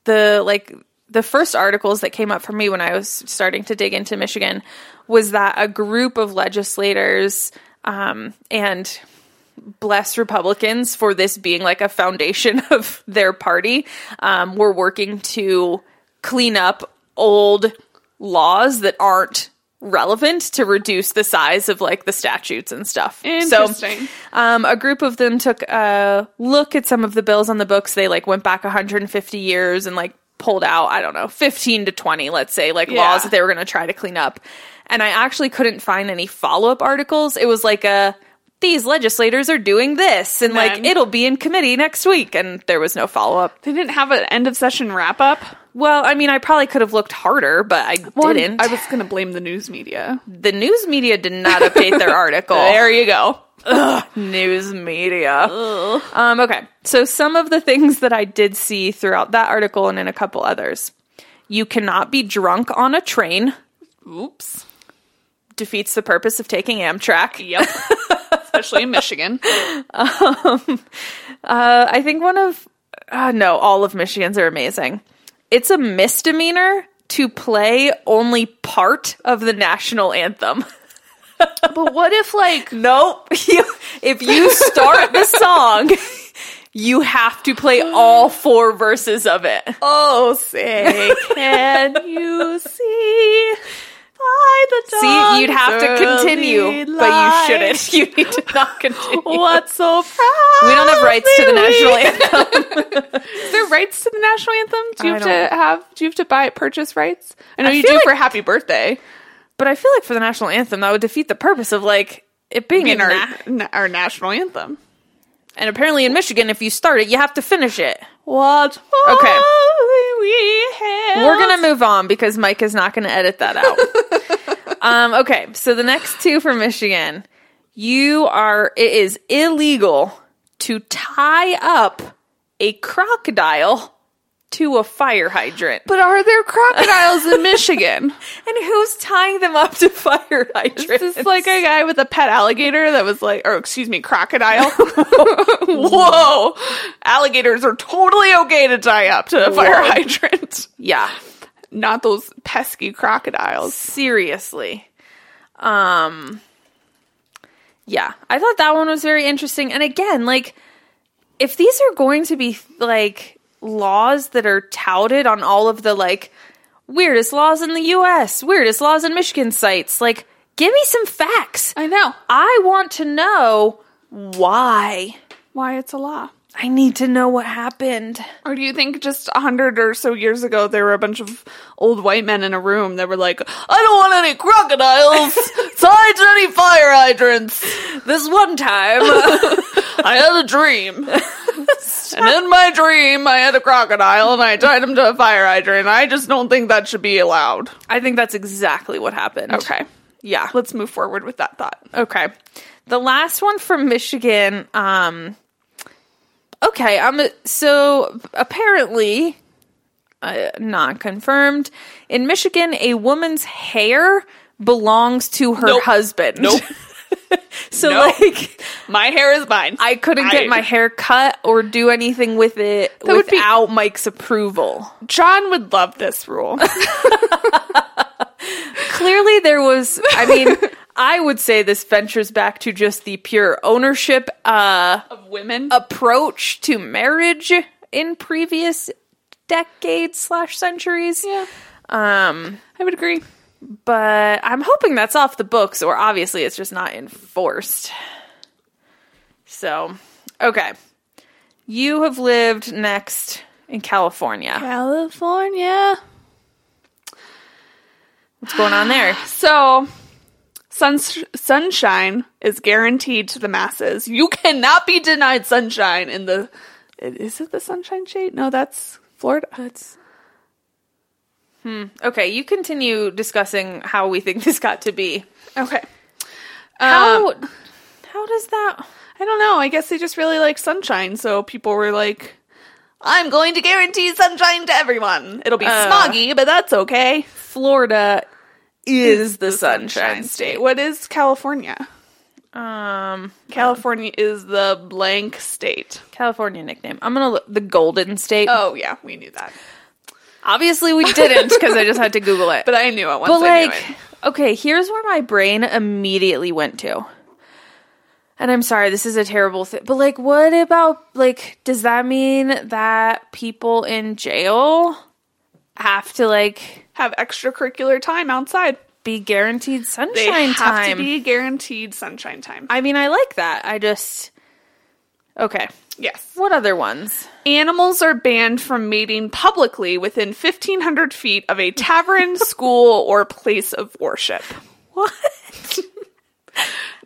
[SPEAKER 2] the like the first articles that came up for me when I was starting to dig into Michigan was that a group of legislators um, and bless Republicans for this being like a foundation of their party um, were working to clean up old laws that aren't relevant to reduce the size of like the statutes and stuff.
[SPEAKER 1] Interesting.
[SPEAKER 2] So, um, a group of them took a look at some of the bills on the books. They like went back 150 years and like pulled out, I don't know, 15 to 20, let's say, like
[SPEAKER 1] Yeah.
[SPEAKER 2] laws that they were going to try to clean up. And I actually couldn't find any follow up articles. It was like a, these legislators are doing this and like
[SPEAKER 1] Then-
[SPEAKER 2] it'll be in committee next week. And there was no follow up.
[SPEAKER 1] They didn't have an end of session wrap up.
[SPEAKER 2] Well, I mean, I probably could have looked harder, but I didn't.
[SPEAKER 1] I was going to blame the news media.
[SPEAKER 2] the news media did not update their article.
[SPEAKER 1] There you go.
[SPEAKER 2] news media. Um, okay, so some of the things that I did see throughout that article and in a couple others. You cannot be drunk on a train.
[SPEAKER 1] Oops.
[SPEAKER 2] Defeats the purpose of taking Amtrak.
[SPEAKER 1] Yep. Especially in Michigan.
[SPEAKER 2] Uh, I think one of uh, no, all of Michigan's are amazing. It's a misdemeanor to play only part of the national anthem.
[SPEAKER 1] But what if, like,
[SPEAKER 2] Nope. You, if you start the song, you have to play all four verses of it.
[SPEAKER 1] oh, say,
[SPEAKER 2] can you see by the
[SPEAKER 1] dawn's
[SPEAKER 2] See, you'd have to
[SPEAKER 1] early
[SPEAKER 2] continue,
[SPEAKER 1] light?
[SPEAKER 2] but you shouldn't. You need to not continue.
[SPEAKER 1] what's so proud?
[SPEAKER 2] We don't have rights to the national anthem.
[SPEAKER 1] Is there rights to the national anthem? Do you
[SPEAKER 2] I
[SPEAKER 1] have
[SPEAKER 2] don't-
[SPEAKER 1] to have? Do you have to buy purchase rights? I know
[SPEAKER 2] I
[SPEAKER 1] you do
[SPEAKER 2] feel
[SPEAKER 1] for Happy Birthday.
[SPEAKER 2] But I feel like for the national anthem, that would defeat the purpose of like it being,
[SPEAKER 1] Being
[SPEAKER 2] an
[SPEAKER 1] our
[SPEAKER 2] na-
[SPEAKER 1] na- our national anthem.
[SPEAKER 2] and apparently in Michigan, if you start it, you have to finish it.
[SPEAKER 1] What?
[SPEAKER 2] Okay.
[SPEAKER 1] we have.
[SPEAKER 2] We're gonna move on because Mike is not gonna edit that out. um, okay, so the next two for Michigan, you are it is illegal to tie up a crocodile to a fire hydrant.
[SPEAKER 1] But are there crocodiles in Michigan?
[SPEAKER 2] And who's tying them up to fire hydrants?
[SPEAKER 1] Is this like a guy with a pet alligator that was like, or excuse me, crocodile? Whoa! Alligators are totally okay to tie up to a fire
[SPEAKER 2] Whoa.
[SPEAKER 1] hydrant.
[SPEAKER 2] yeah,
[SPEAKER 1] Not those pesky crocodiles.
[SPEAKER 2] seriously. Um, yeah, I thought that one was very interesting. And again, like if these are going to be like laws that are touted on all of the like weirdest laws in the U.S., weirdest laws in Michigan sites, like give me some facts.
[SPEAKER 1] I know.
[SPEAKER 2] I want to know why.
[SPEAKER 1] Why it's a law.
[SPEAKER 2] I need to know what happened.
[SPEAKER 1] Or do you think just a hundred or so years ago there were a bunch of old white men in a room that were like, I don't want any crocodiles tied to any fire hydrants.
[SPEAKER 2] This one time.
[SPEAKER 1] I had a dream. and in my dream I had a crocodile and I tied him to a fire hydrant. I just don't think that should be allowed.
[SPEAKER 2] I think that's exactly what happened.
[SPEAKER 1] Okay.
[SPEAKER 2] Yeah.
[SPEAKER 1] Let's move forward with that thought.
[SPEAKER 2] Okay. The last one from Michigan. Um, okay. Um, so apparently, uh, not confirmed, in Michigan, a woman's hair belongs to her
[SPEAKER 1] Nope.
[SPEAKER 2] husband.
[SPEAKER 1] Nope.
[SPEAKER 2] so,
[SPEAKER 1] Nope.
[SPEAKER 2] like,
[SPEAKER 1] My hair is mine.
[SPEAKER 2] I couldn't
[SPEAKER 1] I-
[SPEAKER 2] get my hair cut or do anything with it
[SPEAKER 1] would be-
[SPEAKER 2] without Mike's approval.
[SPEAKER 1] John would love this rule.
[SPEAKER 2] clearly there was i mean i would say this ventures back to just the pure ownership uh
[SPEAKER 1] of women.
[SPEAKER 2] approach to marriage in previous decades slash centuries
[SPEAKER 1] yeah.
[SPEAKER 2] um
[SPEAKER 1] I would agree.
[SPEAKER 2] but i'm hoping that's off the books or obviously it's just not enforced so okay you have lived next in california
[SPEAKER 1] California.
[SPEAKER 2] what's going on there
[SPEAKER 1] So, suns- sunshine is guaranteed to the masses. You cannot be denied sunshine in the. Is it the sunshine shade? No, that's Florida. That's
[SPEAKER 2] Hmm. okay you continue discussing how we think this got to be
[SPEAKER 1] okay.
[SPEAKER 2] Um, How how does that?
[SPEAKER 1] I don't know. I guess they just really like sunshine, so people were like, "I'm going to guarantee sunshine to everyone. It'll be
[SPEAKER 2] Uh.
[SPEAKER 1] smoggy, but that's okay."
[SPEAKER 2] Florida is the sunshine state.
[SPEAKER 1] What is California?
[SPEAKER 2] Um,
[SPEAKER 1] California is the blank state.
[SPEAKER 2] California nickname. I'm gonna look the Golden State.
[SPEAKER 1] Oh yeah, we knew that,
[SPEAKER 2] Obviously, we didn't because I just had to Google it.
[SPEAKER 1] but I knew it once.
[SPEAKER 2] But
[SPEAKER 1] I knew
[SPEAKER 2] like, okay, here's where my brain immediately went to. And I'm sorry, this is a terrible thing. But like, what about like? Does that mean that people in jail have to like
[SPEAKER 1] it. have extracurricular time outside.
[SPEAKER 2] be guaranteed
[SPEAKER 1] They
[SPEAKER 2] sunshine
[SPEAKER 1] have
[SPEAKER 2] time?
[SPEAKER 1] to be guaranteed sunshine time.
[SPEAKER 2] I mean, I like that. I just okay.
[SPEAKER 1] yes.
[SPEAKER 2] What other ones?
[SPEAKER 1] Animals are banned from mating publicly within 1,500 feet of a tavern, school, or place of worship.
[SPEAKER 2] What?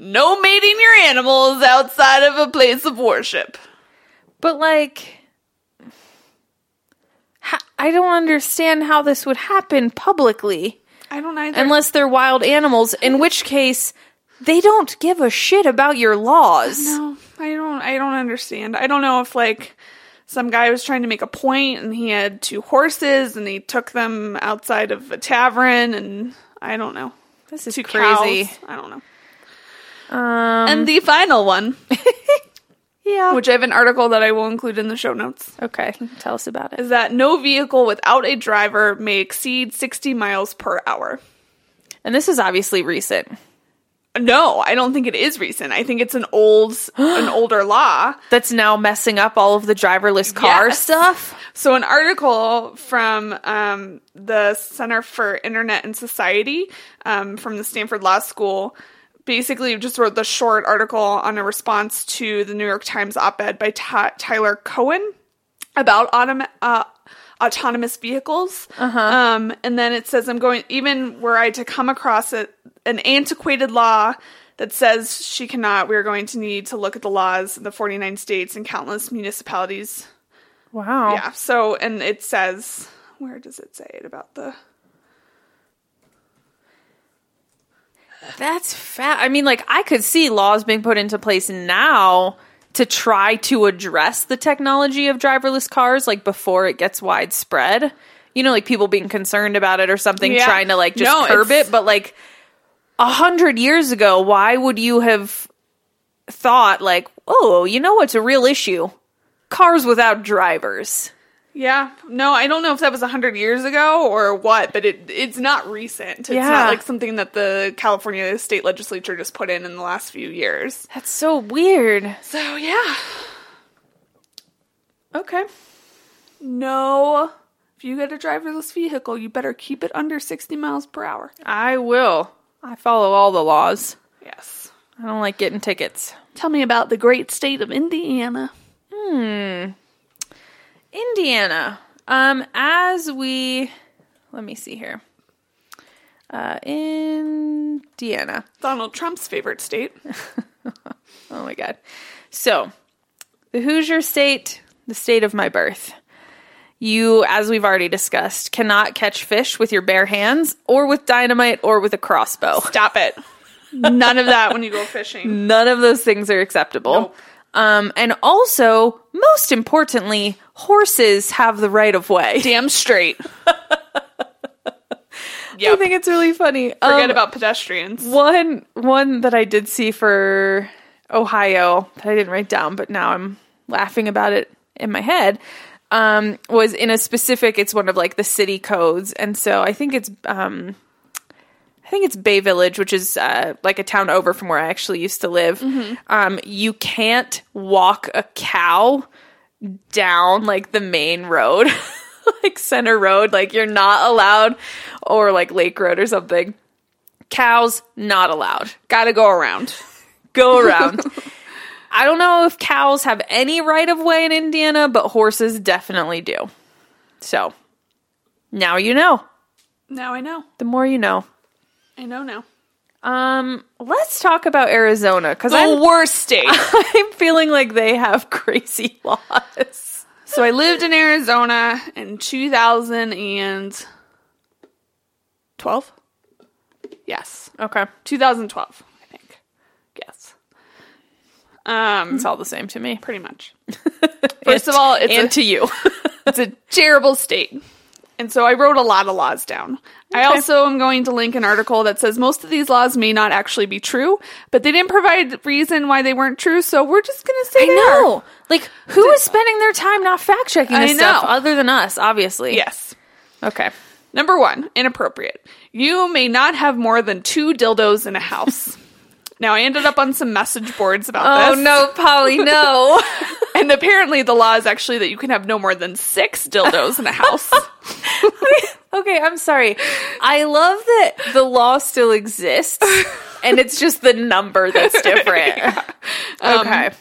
[SPEAKER 1] No mating your animals outside of a place of worship.
[SPEAKER 2] But like, ha- I don't understand how this would happen publicly
[SPEAKER 1] I don't either.
[SPEAKER 2] unless they're wild animals, in which case they don't give a shit about your laws.
[SPEAKER 1] No, I don't. I don't understand. I don't know if like some guy was trying to make a point and he had two horses and he took them outside of a tavern and I don't know.
[SPEAKER 2] This is
[SPEAKER 1] Two
[SPEAKER 2] crazy.
[SPEAKER 1] cows. I don't know. Hmm.
[SPEAKER 2] Um,
[SPEAKER 1] And the final one,
[SPEAKER 2] yeah.
[SPEAKER 1] which I have an article that I will include in the show notes,
[SPEAKER 2] okay, tell us about it.
[SPEAKER 1] is that no vehicle without a driver may exceed 60 miles per hour.
[SPEAKER 2] And this is obviously recent.
[SPEAKER 1] No, I don't think it is recent. I think it's an old an older law.
[SPEAKER 2] That's now messing up all of the driverless car
[SPEAKER 1] Yes.
[SPEAKER 2] stuff.
[SPEAKER 1] So, an article from um, the Center for Internet and Society um, from the Stanford Law School basically just wrote the short article on a response to the New York Times op ed by Ty Tyler Cohen about autom- uh, autonomous vehicles. Um, and then it says, I'm going, even were I to come across a, an antiquated law that says she cannot, we are going to need to look at the laws in the 49 states and countless municipalities
[SPEAKER 2] Wow.
[SPEAKER 1] yeah. So, and it says, where does it say it about the?
[SPEAKER 2] That's fat. I mean, like, I could see laws being put into place now to try to address the technology of driverless cars, like, before it gets widespread. You know, like people being concerned about it or something,
[SPEAKER 1] Yeah.
[SPEAKER 2] trying to, like, just
[SPEAKER 1] No,
[SPEAKER 2] curb
[SPEAKER 1] it's-
[SPEAKER 2] it. But, like, a hundred years ago, why would you have thought, like, oh, you know what's a real issue? Cars without drivers.
[SPEAKER 1] Yeah. No, I don't know if that was hundred years ago or what, but it it's not recent. It's
[SPEAKER 2] Yeah.
[SPEAKER 1] not like something that the California state legislature just put in in the last few years.
[SPEAKER 2] That's so weird.
[SPEAKER 1] So yeah,
[SPEAKER 2] Okay.
[SPEAKER 1] no. If you get a driverless vehicle, you better keep it under sixty miles per hour.
[SPEAKER 2] I will. I follow all the laws.
[SPEAKER 1] Yes.
[SPEAKER 2] I don't like getting tickets.
[SPEAKER 1] Tell me about the great state of Indiana.
[SPEAKER 2] Indiana. Um, as we let me see here. Uh, Indiana.
[SPEAKER 1] Donald Trump's favorite state.
[SPEAKER 2] Oh my god. So, the Hoosier state, the state of my birth. You, as we've already discussed, cannot catch fish with your bare hands or with dynamite or with a crossbow.
[SPEAKER 1] Stop it. None of that when you go fishing.
[SPEAKER 2] None of those things are acceptable.
[SPEAKER 1] Nope.
[SPEAKER 2] Um, and also, most importantly, horses have the right of way.
[SPEAKER 1] Damn straight.
[SPEAKER 2] I
[SPEAKER 1] Yep.
[SPEAKER 2] think it's really funny.
[SPEAKER 1] Forget
[SPEAKER 2] Um,
[SPEAKER 1] about pedestrians.
[SPEAKER 2] one one that I did see for Ohio that I didn't write down, but now I'm laughing about it in my head. Um, was in a specific. It's one of like the city codes, and so I think it's um, I think it's Bay Village, which is uh, like a town over from where I actually used to live. Um, you can't walk a cow down like the main road, like Center Road. Like you're not allowed, or like Lake Road or something. Cows not allowed.
[SPEAKER 1] Gotta go around.
[SPEAKER 2] Go around. I don't know if cows have any right of way in Indiana, but horses definitely do. So now you know.
[SPEAKER 1] Now I know.
[SPEAKER 2] The more you know.
[SPEAKER 1] I know now.
[SPEAKER 2] Um, let's talk about Arizona because
[SPEAKER 1] The
[SPEAKER 2] I'm,
[SPEAKER 1] worst state.
[SPEAKER 2] I'm feeling like they have crazy laws.
[SPEAKER 1] so I lived in Arizona in 2012. Yes.
[SPEAKER 2] Okay.
[SPEAKER 1] 2012, I think. Yes. Um,
[SPEAKER 2] It's all the same to me.
[SPEAKER 1] pretty much. First of all, it's
[SPEAKER 2] and
[SPEAKER 1] a,
[SPEAKER 2] to you.
[SPEAKER 1] it's a terrible state. And so I wrote a lot of laws down. I also am going to link an article that says most of these laws may not actually be true, but they didn't provide reason why they weren't true, so we're just going to say they are.
[SPEAKER 2] no. Like who is spending their time not fact checking
[SPEAKER 1] I
[SPEAKER 2] this stuff
[SPEAKER 1] know.
[SPEAKER 2] other than us, obviously.
[SPEAKER 1] Yes.
[SPEAKER 2] Okay.
[SPEAKER 1] Number one, inappropriate. You may not have more than two dildos in a house. now, I ended up on some message boards about
[SPEAKER 2] Oh
[SPEAKER 1] this.
[SPEAKER 2] no, Polly, no.
[SPEAKER 1] And apparently, the law is actually that you can have no more than six dildos in a house.
[SPEAKER 2] okay, I'm sorry. I love that the law still exists and it's just the number that's different. Okay.
[SPEAKER 1] Um,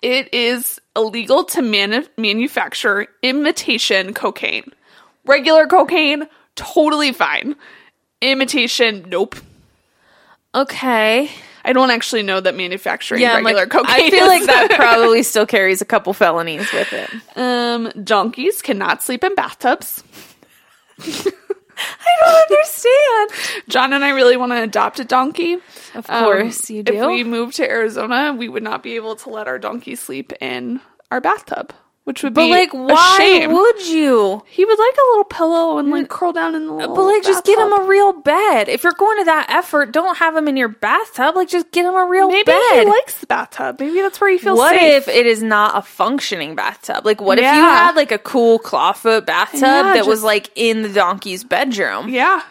[SPEAKER 1] it is illegal to manu- manufacture imitation cocaine. Regular cocaine, totally fine. Imitation, nope.
[SPEAKER 2] okay.
[SPEAKER 1] I don't actually know that manufacturing
[SPEAKER 2] Yeah, I'm
[SPEAKER 1] regular
[SPEAKER 2] like,
[SPEAKER 1] cocaine.
[SPEAKER 2] I feel
[SPEAKER 1] is-
[SPEAKER 2] like that probably still carries a couple felonies with it.
[SPEAKER 1] Um, donkeys cannot sleep in bathtubs.
[SPEAKER 2] I don't understand.
[SPEAKER 1] John and I really want to adopt a donkey.
[SPEAKER 2] Of
[SPEAKER 1] Um,
[SPEAKER 2] course, you do.
[SPEAKER 1] If we moved to Arizona, we would not be able to let our donkey sleep in our bathtub, which would
[SPEAKER 2] but
[SPEAKER 1] be
[SPEAKER 2] like,
[SPEAKER 1] a
[SPEAKER 2] why
[SPEAKER 1] shame.
[SPEAKER 2] would you?
[SPEAKER 1] he would like a little pillow and like curl down in the little
[SPEAKER 2] But like, just get him
[SPEAKER 1] bathtub.
[SPEAKER 2] a real bed. If you're going to that effort, don't have him in your bathtub. Like, just get him a real
[SPEAKER 1] Maybe
[SPEAKER 2] bed.
[SPEAKER 1] he likes the bathtub. Maybe that's where he feels
[SPEAKER 2] what
[SPEAKER 1] safe.
[SPEAKER 2] if it is not a functioning bathtub? Like, what if you
[SPEAKER 1] Yeah.
[SPEAKER 2] had like a cool clawfoot bathtub
[SPEAKER 1] Yeah,
[SPEAKER 2] that was
[SPEAKER 1] just-
[SPEAKER 2] like in the donkey's bedroom,
[SPEAKER 1] yeah.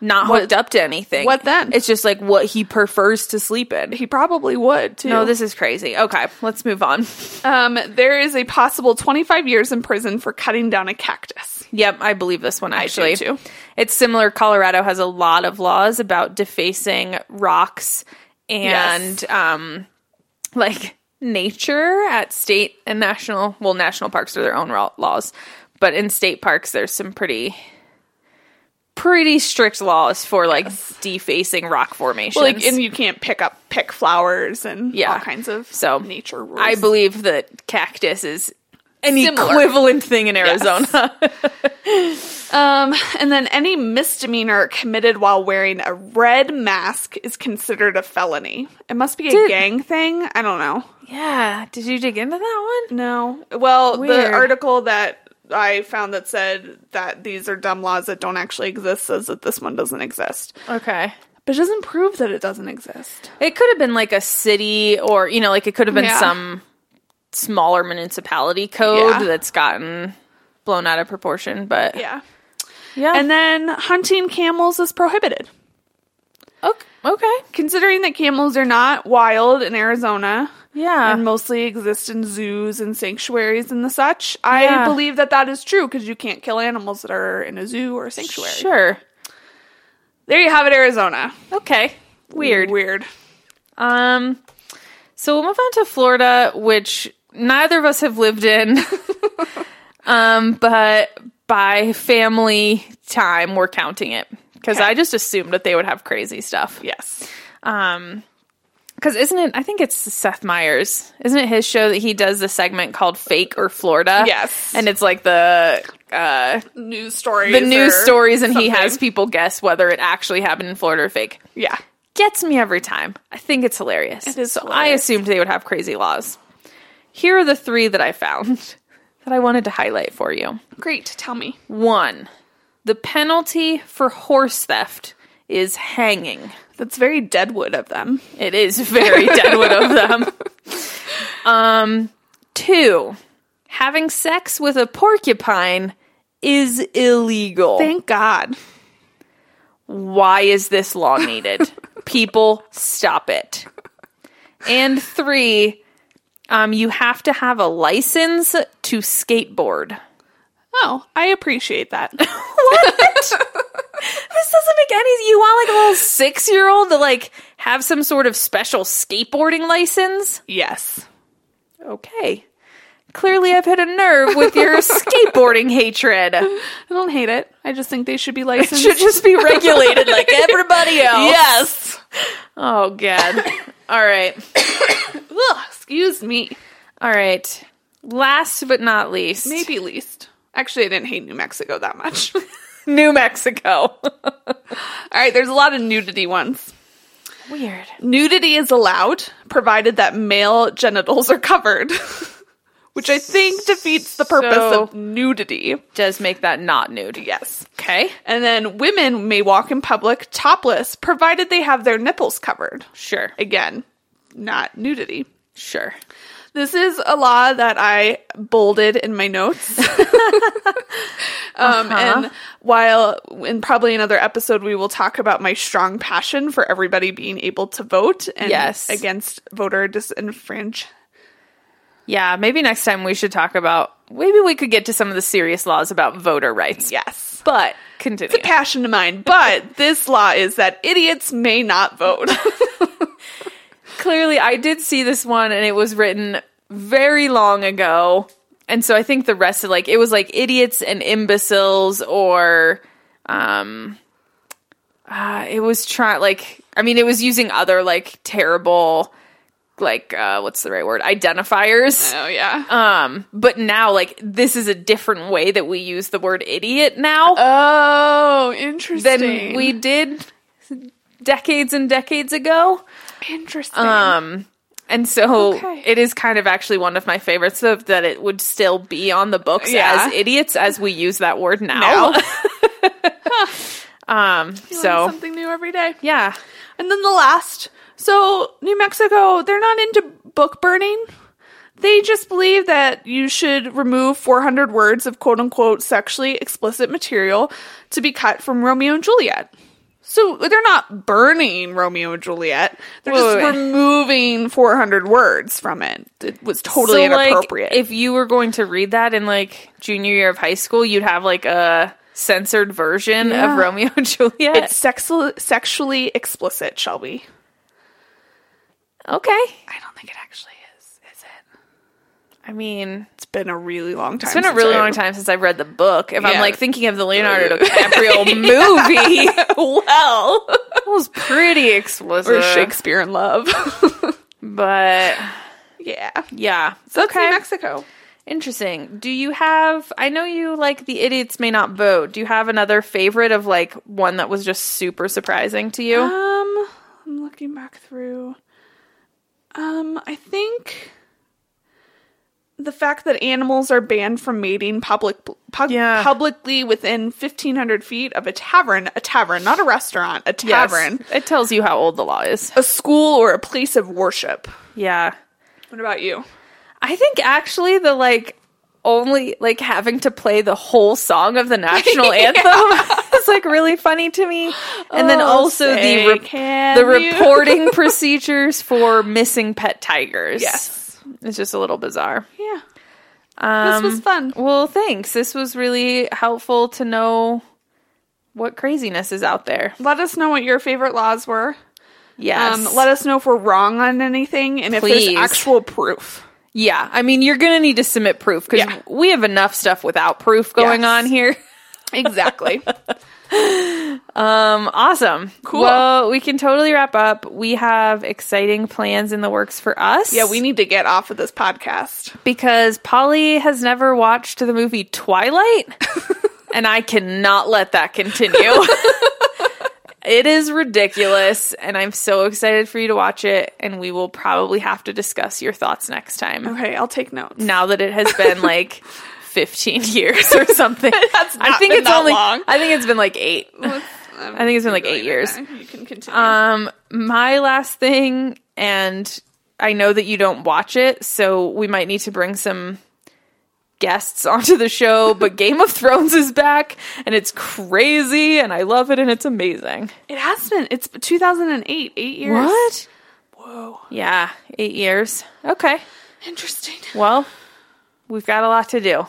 [SPEAKER 2] not hooked up to anything?
[SPEAKER 1] what then?
[SPEAKER 2] It's just like what he prefers to sleep in.
[SPEAKER 1] He probably would too.
[SPEAKER 2] No, this is crazy. Okay, let's move on.
[SPEAKER 1] um, there is a possible 25 years in prison for cutting down a cactus.
[SPEAKER 2] Yep, I believe this one actually.
[SPEAKER 1] too.
[SPEAKER 2] It's similar. Colorado has a lot of laws about defacing rocks and um, like nature at state and national. Well, national parks are their own ro- laws, but in state parks, there's some pretty pretty strict laws for like defacing rock formations.
[SPEAKER 1] Like, and you can't pick up pick flowers and
[SPEAKER 2] Yeah.
[SPEAKER 1] all kinds of
[SPEAKER 2] So,
[SPEAKER 1] nature rules.
[SPEAKER 2] I believe that cactus is an
[SPEAKER 1] Similar.
[SPEAKER 2] equivalent thing in Arizona.
[SPEAKER 1] Um, and then any misdemeanor committed while wearing a red mask is considered a felony. It must be a
[SPEAKER 2] Did-
[SPEAKER 1] gang thing. I don't know.
[SPEAKER 2] yeah, did you dig into that one?
[SPEAKER 1] No. Well,
[SPEAKER 2] Weird.
[SPEAKER 1] the article that I found that said that these are dumb laws that don't actually exist says that this one doesn't exist.
[SPEAKER 2] Okay.
[SPEAKER 1] But it doesn't prove that it doesn't exist.
[SPEAKER 2] It could have been like a city or, you know, like it could have been
[SPEAKER 1] Yeah.
[SPEAKER 2] some smaller municipality code
[SPEAKER 1] Yeah.
[SPEAKER 2] that's gotten blown out of proportion, but
[SPEAKER 1] Yeah.
[SPEAKER 2] yeah.
[SPEAKER 1] And then hunting camels is prohibited.
[SPEAKER 2] okay, okay.
[SPEAKER 1] Considering that camels are not wild in Arizona,
[SPEAKER 2] Yeah.
[SPEAKER 1] and mostly exist in zoos and sanctuaries and the such. I
[SPEAKER 2] Yeah.
[SPEAKER 1] believe that that is true because you can't kill animals that are in a zoo or a sanctuary.
[SPEAKER 2] sure.
[SPEAKER 1] There you have it, Arizona.
[SPEAKER 2] Okay. Weird.
[SPEAKER 1] Weird.
[SPEAKER 2] Um so we'll move on to Florida, which neither of us have lived in. um but by family time we're counting it cuz
[SPEAKER 1] Okay.
[SPEAKER 2] I just assumed that they would have crazy stuff.
[SPEAKER 1] Yes.
[SPEAKER 2] Um, because isn't it? I think it's Seth Meyers. Isn't it his show that he does the segment called "Fake or Florida"?
[SPEAKER 1] Yes.
[SPEAKER 2] and it's like the uh,
[SPEAKER 1] News stories.
[SPEAKER 2] the news
[SPEAKER 1] or
[SPEAKER 2] stories, and he
[SPEAKER 1] something.
[SPEAKER 2] has people guess whether it actually happened in Florida or fake.
[SPEAKER 1] Yeah.
[SPEAKER 2] Gets me every time. I think it's hilarious.
[SPEAKER 1] It is
[SPEAKER 2] So I
[SPEAKER 1] hilarious.
[SPEAKER 2] assumed they would have crazy laws. Here are the three that I found that I wanted to highlight for you.
[SPEAKER 1] Great. Tell me.
[SPEAKER 2] One, the penalty for horse theft is hanging.
[SPEAKER 1] That's very Deadwood of them.
[SPEAKER 2] It is very Deadwood of them. Um, two, having sex with a porcupine is illegal.
[SPEAKER 1] Thank God.
[SPEAKER 2] Why is this law needed? People, stop it. And three, um, you have to have a license to skateboard.
[SPEAKER 1] Oh, I appreciate that.
[SPEAKER 2] This doesn't make any. You want like a little six year old to like have some sort of special skateboarding license?
[SPEAKER 1] yes.
[SPEAKER 2] okay. Clearly, I've hit a nerve with your skateboarding hatred.
[SPEAKER 1] I don't hate it. I just think they should be
[SPEAKER 2] It
[SPEAKER 1] licensed.
[SPEAKER 2] should just be regulated like everybody else.
[SPEAKER 1] yes.
[SPEAKER 2] Oh, God. All right.
[SPEAKER 1] Ugh, excuse me.
[SPEAKER 2] All right. Last but not least,
[SPEAKER 1] Maybe least. Actually, I didn't hate New Mexico that much.
[SPEAKER 2] New Mexico.
[SPEAKER 1] All right, there's a lot of nudity ones.
[SPEAKER 2] Weird.
[SPEAKER 1] Nudity is allowed, provided that male genitals are covered, which I think defeats the purpose
[SPEAKER 2] So-
[SPEAKER 1] of nudity.
[SPEAKER 2] Does make that not nude.
[SPEAKER 1] Yes.
[SPEAKER 2] Okay.
[SPEAKER 1] And then women may walk in public topless, provided they have their nipples covered.
[SPEAKER 2] Sure.
[SPEAKER 1] Again, not nudity.
[SPEAKER 2] Sure.
[SPEAKER 1] This is a law that I bolded in my notes. um,
[SPEAKER 2] Uh-huh.
[SPEAKER 1] And while in probably another episode, we will talk about my strong passion for everybody being able to vote and
[SPEAKER 2] Yes.
[SPEAKER 1] against voter disenfranch.
[SPEAKER 2] Yeah, maybe next time we should talk about maybe we could get to some of the serious laws about voter rights.
[SPEAKER 1] Yes.
[SPEAKER 2] But continue.
[SPEAKER 1] Passion of mine, but this law is that idiots may not vote.
[SPEAKER 2] Clearly, I did see this one and it was written very long ago. And so I think the rest of like it was like idiots and imbeciles or um uh, it was trying like I mean it was using other like terrible like uh what's the right word identifiers
[SPEAKER 1] oh, yeah.
[SPEAKER 2] um but now like this is a different way that we use the word idiot now
[SPEAKER 1] oh, interesting.
[SPEAKER 2] than we did decades and decades ago.
[SPEAKER 1] interesting.
[SPEAKER 2] Um, and so
[SPEAKER 1] Okay.
[SPEAKER 2] it is kind of actually one of my favorites of that it would still be on the books
[SPEAKER 1] Yeah.
[SPEAKER 2] as idiots as we use that word now.
[SPEAKER 1] Now.
[SPEAKER 2] um,
[SPEAKER 1] so
[SPEAKER 2] so
[SPEAKER 1] something new every day.
[SPEAKER 2] yeah,
[SPEAKER 1] And then the last. So, New Mexico, they're not into book burning. They just believe that you should remove 400 words of quote unquote sexually explicit material to be cut from Romeo and Juliet. So, they're not burning Romeo and Juliet. They're
[SPEAKER 2] Wait,
[SPEAKER 1] just
[SPEAKER 2] wait, wait.
[SPEAKER 1] removing 400 words from it. It was totally
[SPEAKER 2] So, like,
[SPEAKER 1] inappropriate.
[SPEAKER 2] if you were going to read that in like junior year of high school, you'd have like a censored version
[SPEAKER 1] Yeah.
[SPEAKER 2] of Romeo and Juliet.
[SPEAKER 1] it's sexu- sexually explicit, shall we?
[SPEAKER 2] okay.
[SPEAKER 1] I don't think it actually is, is it?
[SPEAKER 2] I mean,
[SPEAKER 1] It's been a really long time.
[SPEAKER 2] It's been a
[SPEAKER 1] since
[SPEAKER 2] really
[SPEAKER 1] I-
[SPEAKER 2] long time since I've read the book. If I'm
[SPEAKER 1] Yeah.
[SPEAKER 2] like thinking of the Leonardo DiCaprio movie, well, it was pretty explicit.
[SPEAKER 1] Or Shakespeare in Love.
[SPEAKER 2] but
[SPEAKER 1] Yeah.
[SPEAKER 2] yeah, it's
[SPEAKER 1] That's New
[SPEAKER 2] okay.
[SPEAKER 1] Mexico.
[SPEAKER 2] Interesting. Do you have? I know you like the idiots may not vote. Do you have another favorite of like one that was just super surprising to you?
[SPEAKER 1] Um, I'm looking back through. Um, I think the fact that animals are banned from mating public pub-
[SPEAKER 2] Yeah.
[SPEAKER 1] publicly within 1500 feet of a tavern, a tavern, not a restaurant, a
[SPEAKER 2] Yes.
[SPEAKER 1] tavern,
[SPEAKER 2] It tells you how old the law is.
[SPEAKER 1] a school or a place of worship.
[SPEAKER 2] Yeah.
[SPEAKER 1] What about you?
[SPEAKER 2] I think actually the like only like having to play the whole song of the national anthem is like really funny to me. And then
[SPEAKER 1] Oh,
[SPEAKER 2] also
[SPEAKER 1] say,
[SPEAKER 2] the re-
[SPEAKER 1] can
[SPEAKER 2] the
[SPEAKER 1] you?
[SPEAKER 2] reporting procedures for missing pet tigers.
[SPEAKER 1] Yes.
[SPEAKER 2] It's just a little bizarre.
[SPEAKER 1] Yeah.
[SPEAKER 2] Um,
[SPEAKER 1] was fun.
[SPEAKER 2] Well, thanks. This was really helpful to know what craziness is out there.
[SPEAKER 1] Let us know what your favorite laws were.
[SPEAKER 2] Yes.
[SPEAKER 1] Um, let us know if we're wrong on anything and if
[SPEAKER 2] Please.
[SPEAKER 1] there's actual proof.
[SPEAKER 2] yeah. I mean, you're going to need to submit proof because
[SPEAKER 1] Yeah.
[SPEAKER 2] we have enough stuff without proof going
[SPEAKER 1] Yes.
[SPEAKER 2] on here.
[SPEAKER 1] Exactly.
[SPEAKER 2] Um, awesome. Cool. Well, we can totally wrap up. We have exciting plans in the works for us.
[SPEAKER 1] yeah, we need to get off of this podcast.
[SPEAKER 2] because Polly has never watched the movie Twilight, and I cannot let that continue. it is ridiculous, and I'm so excited for you to watch it, and we will probably have to discuss your thoughts next time.
[SPEAKER 1] Okay, I'll take notes.
[SPEAKER 2] Now that it has been like 15 years or something.
[SPEAKER 1] That's not been that
[SPEAKER 2] only
[SPEAKER 1] long. um,
[SPEAKER 2] I think it's been like 8.
[SPEAKER 1] I
[SPEAKER 2] think it's been like eight years.
[SPEAKER 1] You can continue.
[SPEAKER 2] Um, my last thing, and I know that you don't watch it, so we might need to bring some guests onto the show. But Game of Thrones is back, and it's crazy, and I love it, and it's amazing.
[SPEAKER 1] it has been. It's 2008, eight years. Whoa.
[SPEAKER 2] Yeah, eight years. Okay.
[SPEAKER 1] Interesting.
[SPEAKER 2] Well, we've got a lot to do.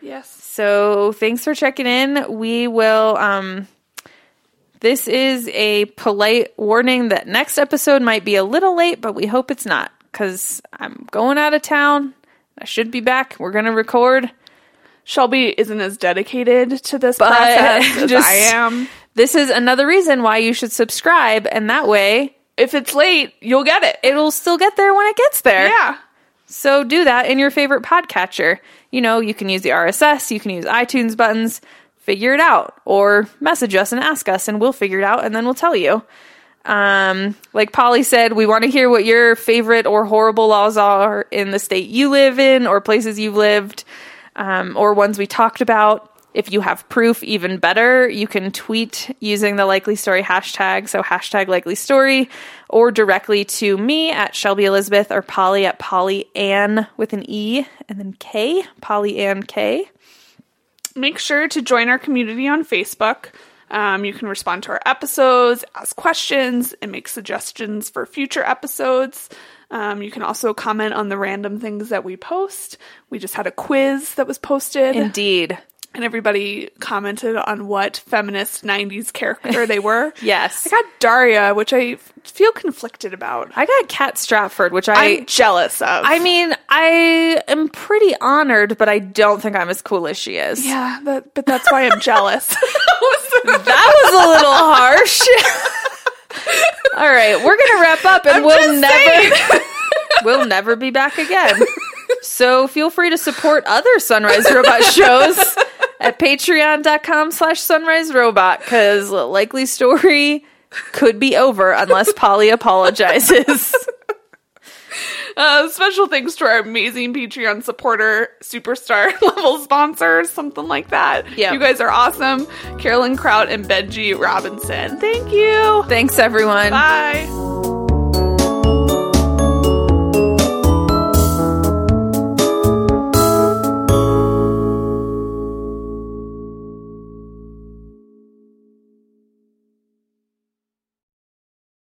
[SPEAKER 1] Yes.
[SPEAKER 2] So thanks for checking in. We will. Um, this is a polite warning that next episode might be a little late, but we hope it's not because I'm going out of town. I should be back. We're gonna record.
[SPEAKER 1] Shelby isn't as dedicated to this
[SPEAKER 2] But
[SPEAKER 1] process as
[SPEAKER 2] just-
[SPEAKER 1] I am.
[SPEAKER 2] This is another reason why you should subscribe, and that way
[SPEAKER 1] If it's late, you'll get it.
[SPEAKER 2] it'll still get there when it gets there.
[SPEAKER 1] Yeah.
[SPEAKER 2] So do that in your favorite podcatcher. You know, you can use the RSS, you can use iTunes buttons, figure it out, or message us and ask us, and we'll figure it out, and then we'll tell you. Um, like Polly said, we want to hear what your favorite or horrible laws are in the state you live in or places you've lived um, or ones we talked about. If you have proof, even better, you can tweet using the likely story hashtag, so hashtag likely story, or directly to me at Shelby Elizabeth or Polly at Polly Ann with an E and then K, Polly Ann K.
[SPEAKER 1] make sure to join our community on Facebook. Um, you can respond to our episodes, ask questions, and make suggestions for future episodes. Um, you can also comment on the random things that we post. We just had a quiz that was posted,
[SPEAKER 2] Indeed.
[SPEAKER 1] and everybody commented on what feminist 90s character they were.
[SPEAKER 2] Yes.
[SPEAKER 1] I got Daria, which I f- feel conflicted about.
[SPEAKER 2] I got Kat Stratford, which
[SPEAKER 1] I,
[SPEAKER 2] I
[SPEAKER 1] am jealous of.
[SPEAKER 2] I mean, I am pretty honored, but I don't think I'm as cool as she is.
[SPEAKER 1] yeah, that, but that's why I'm jealous.
[SPEAKER 2] That was a little harsh. All right, we're gonna wrap up, and we'll
[SPEAKER 1] just
[SPEAKER 2] never we'll never be back again. So feel free to support other Sunrise Robot shows at patreon.com slash sunrise robot because likely story could be over unless Polly apologizes.
[SPEAKER 1] Uh, special thanks to our amazing Patreon supporter, superstar level sponsors, something like that.
[SPEAKER 2] Yeah.
[SPEAKER 1] You guys are awesome. Carolyn Kraut and Benji Robinson. Thank you.
[SPEAKER 2] Thanks everyone.
[SPEAKER 1] Bye.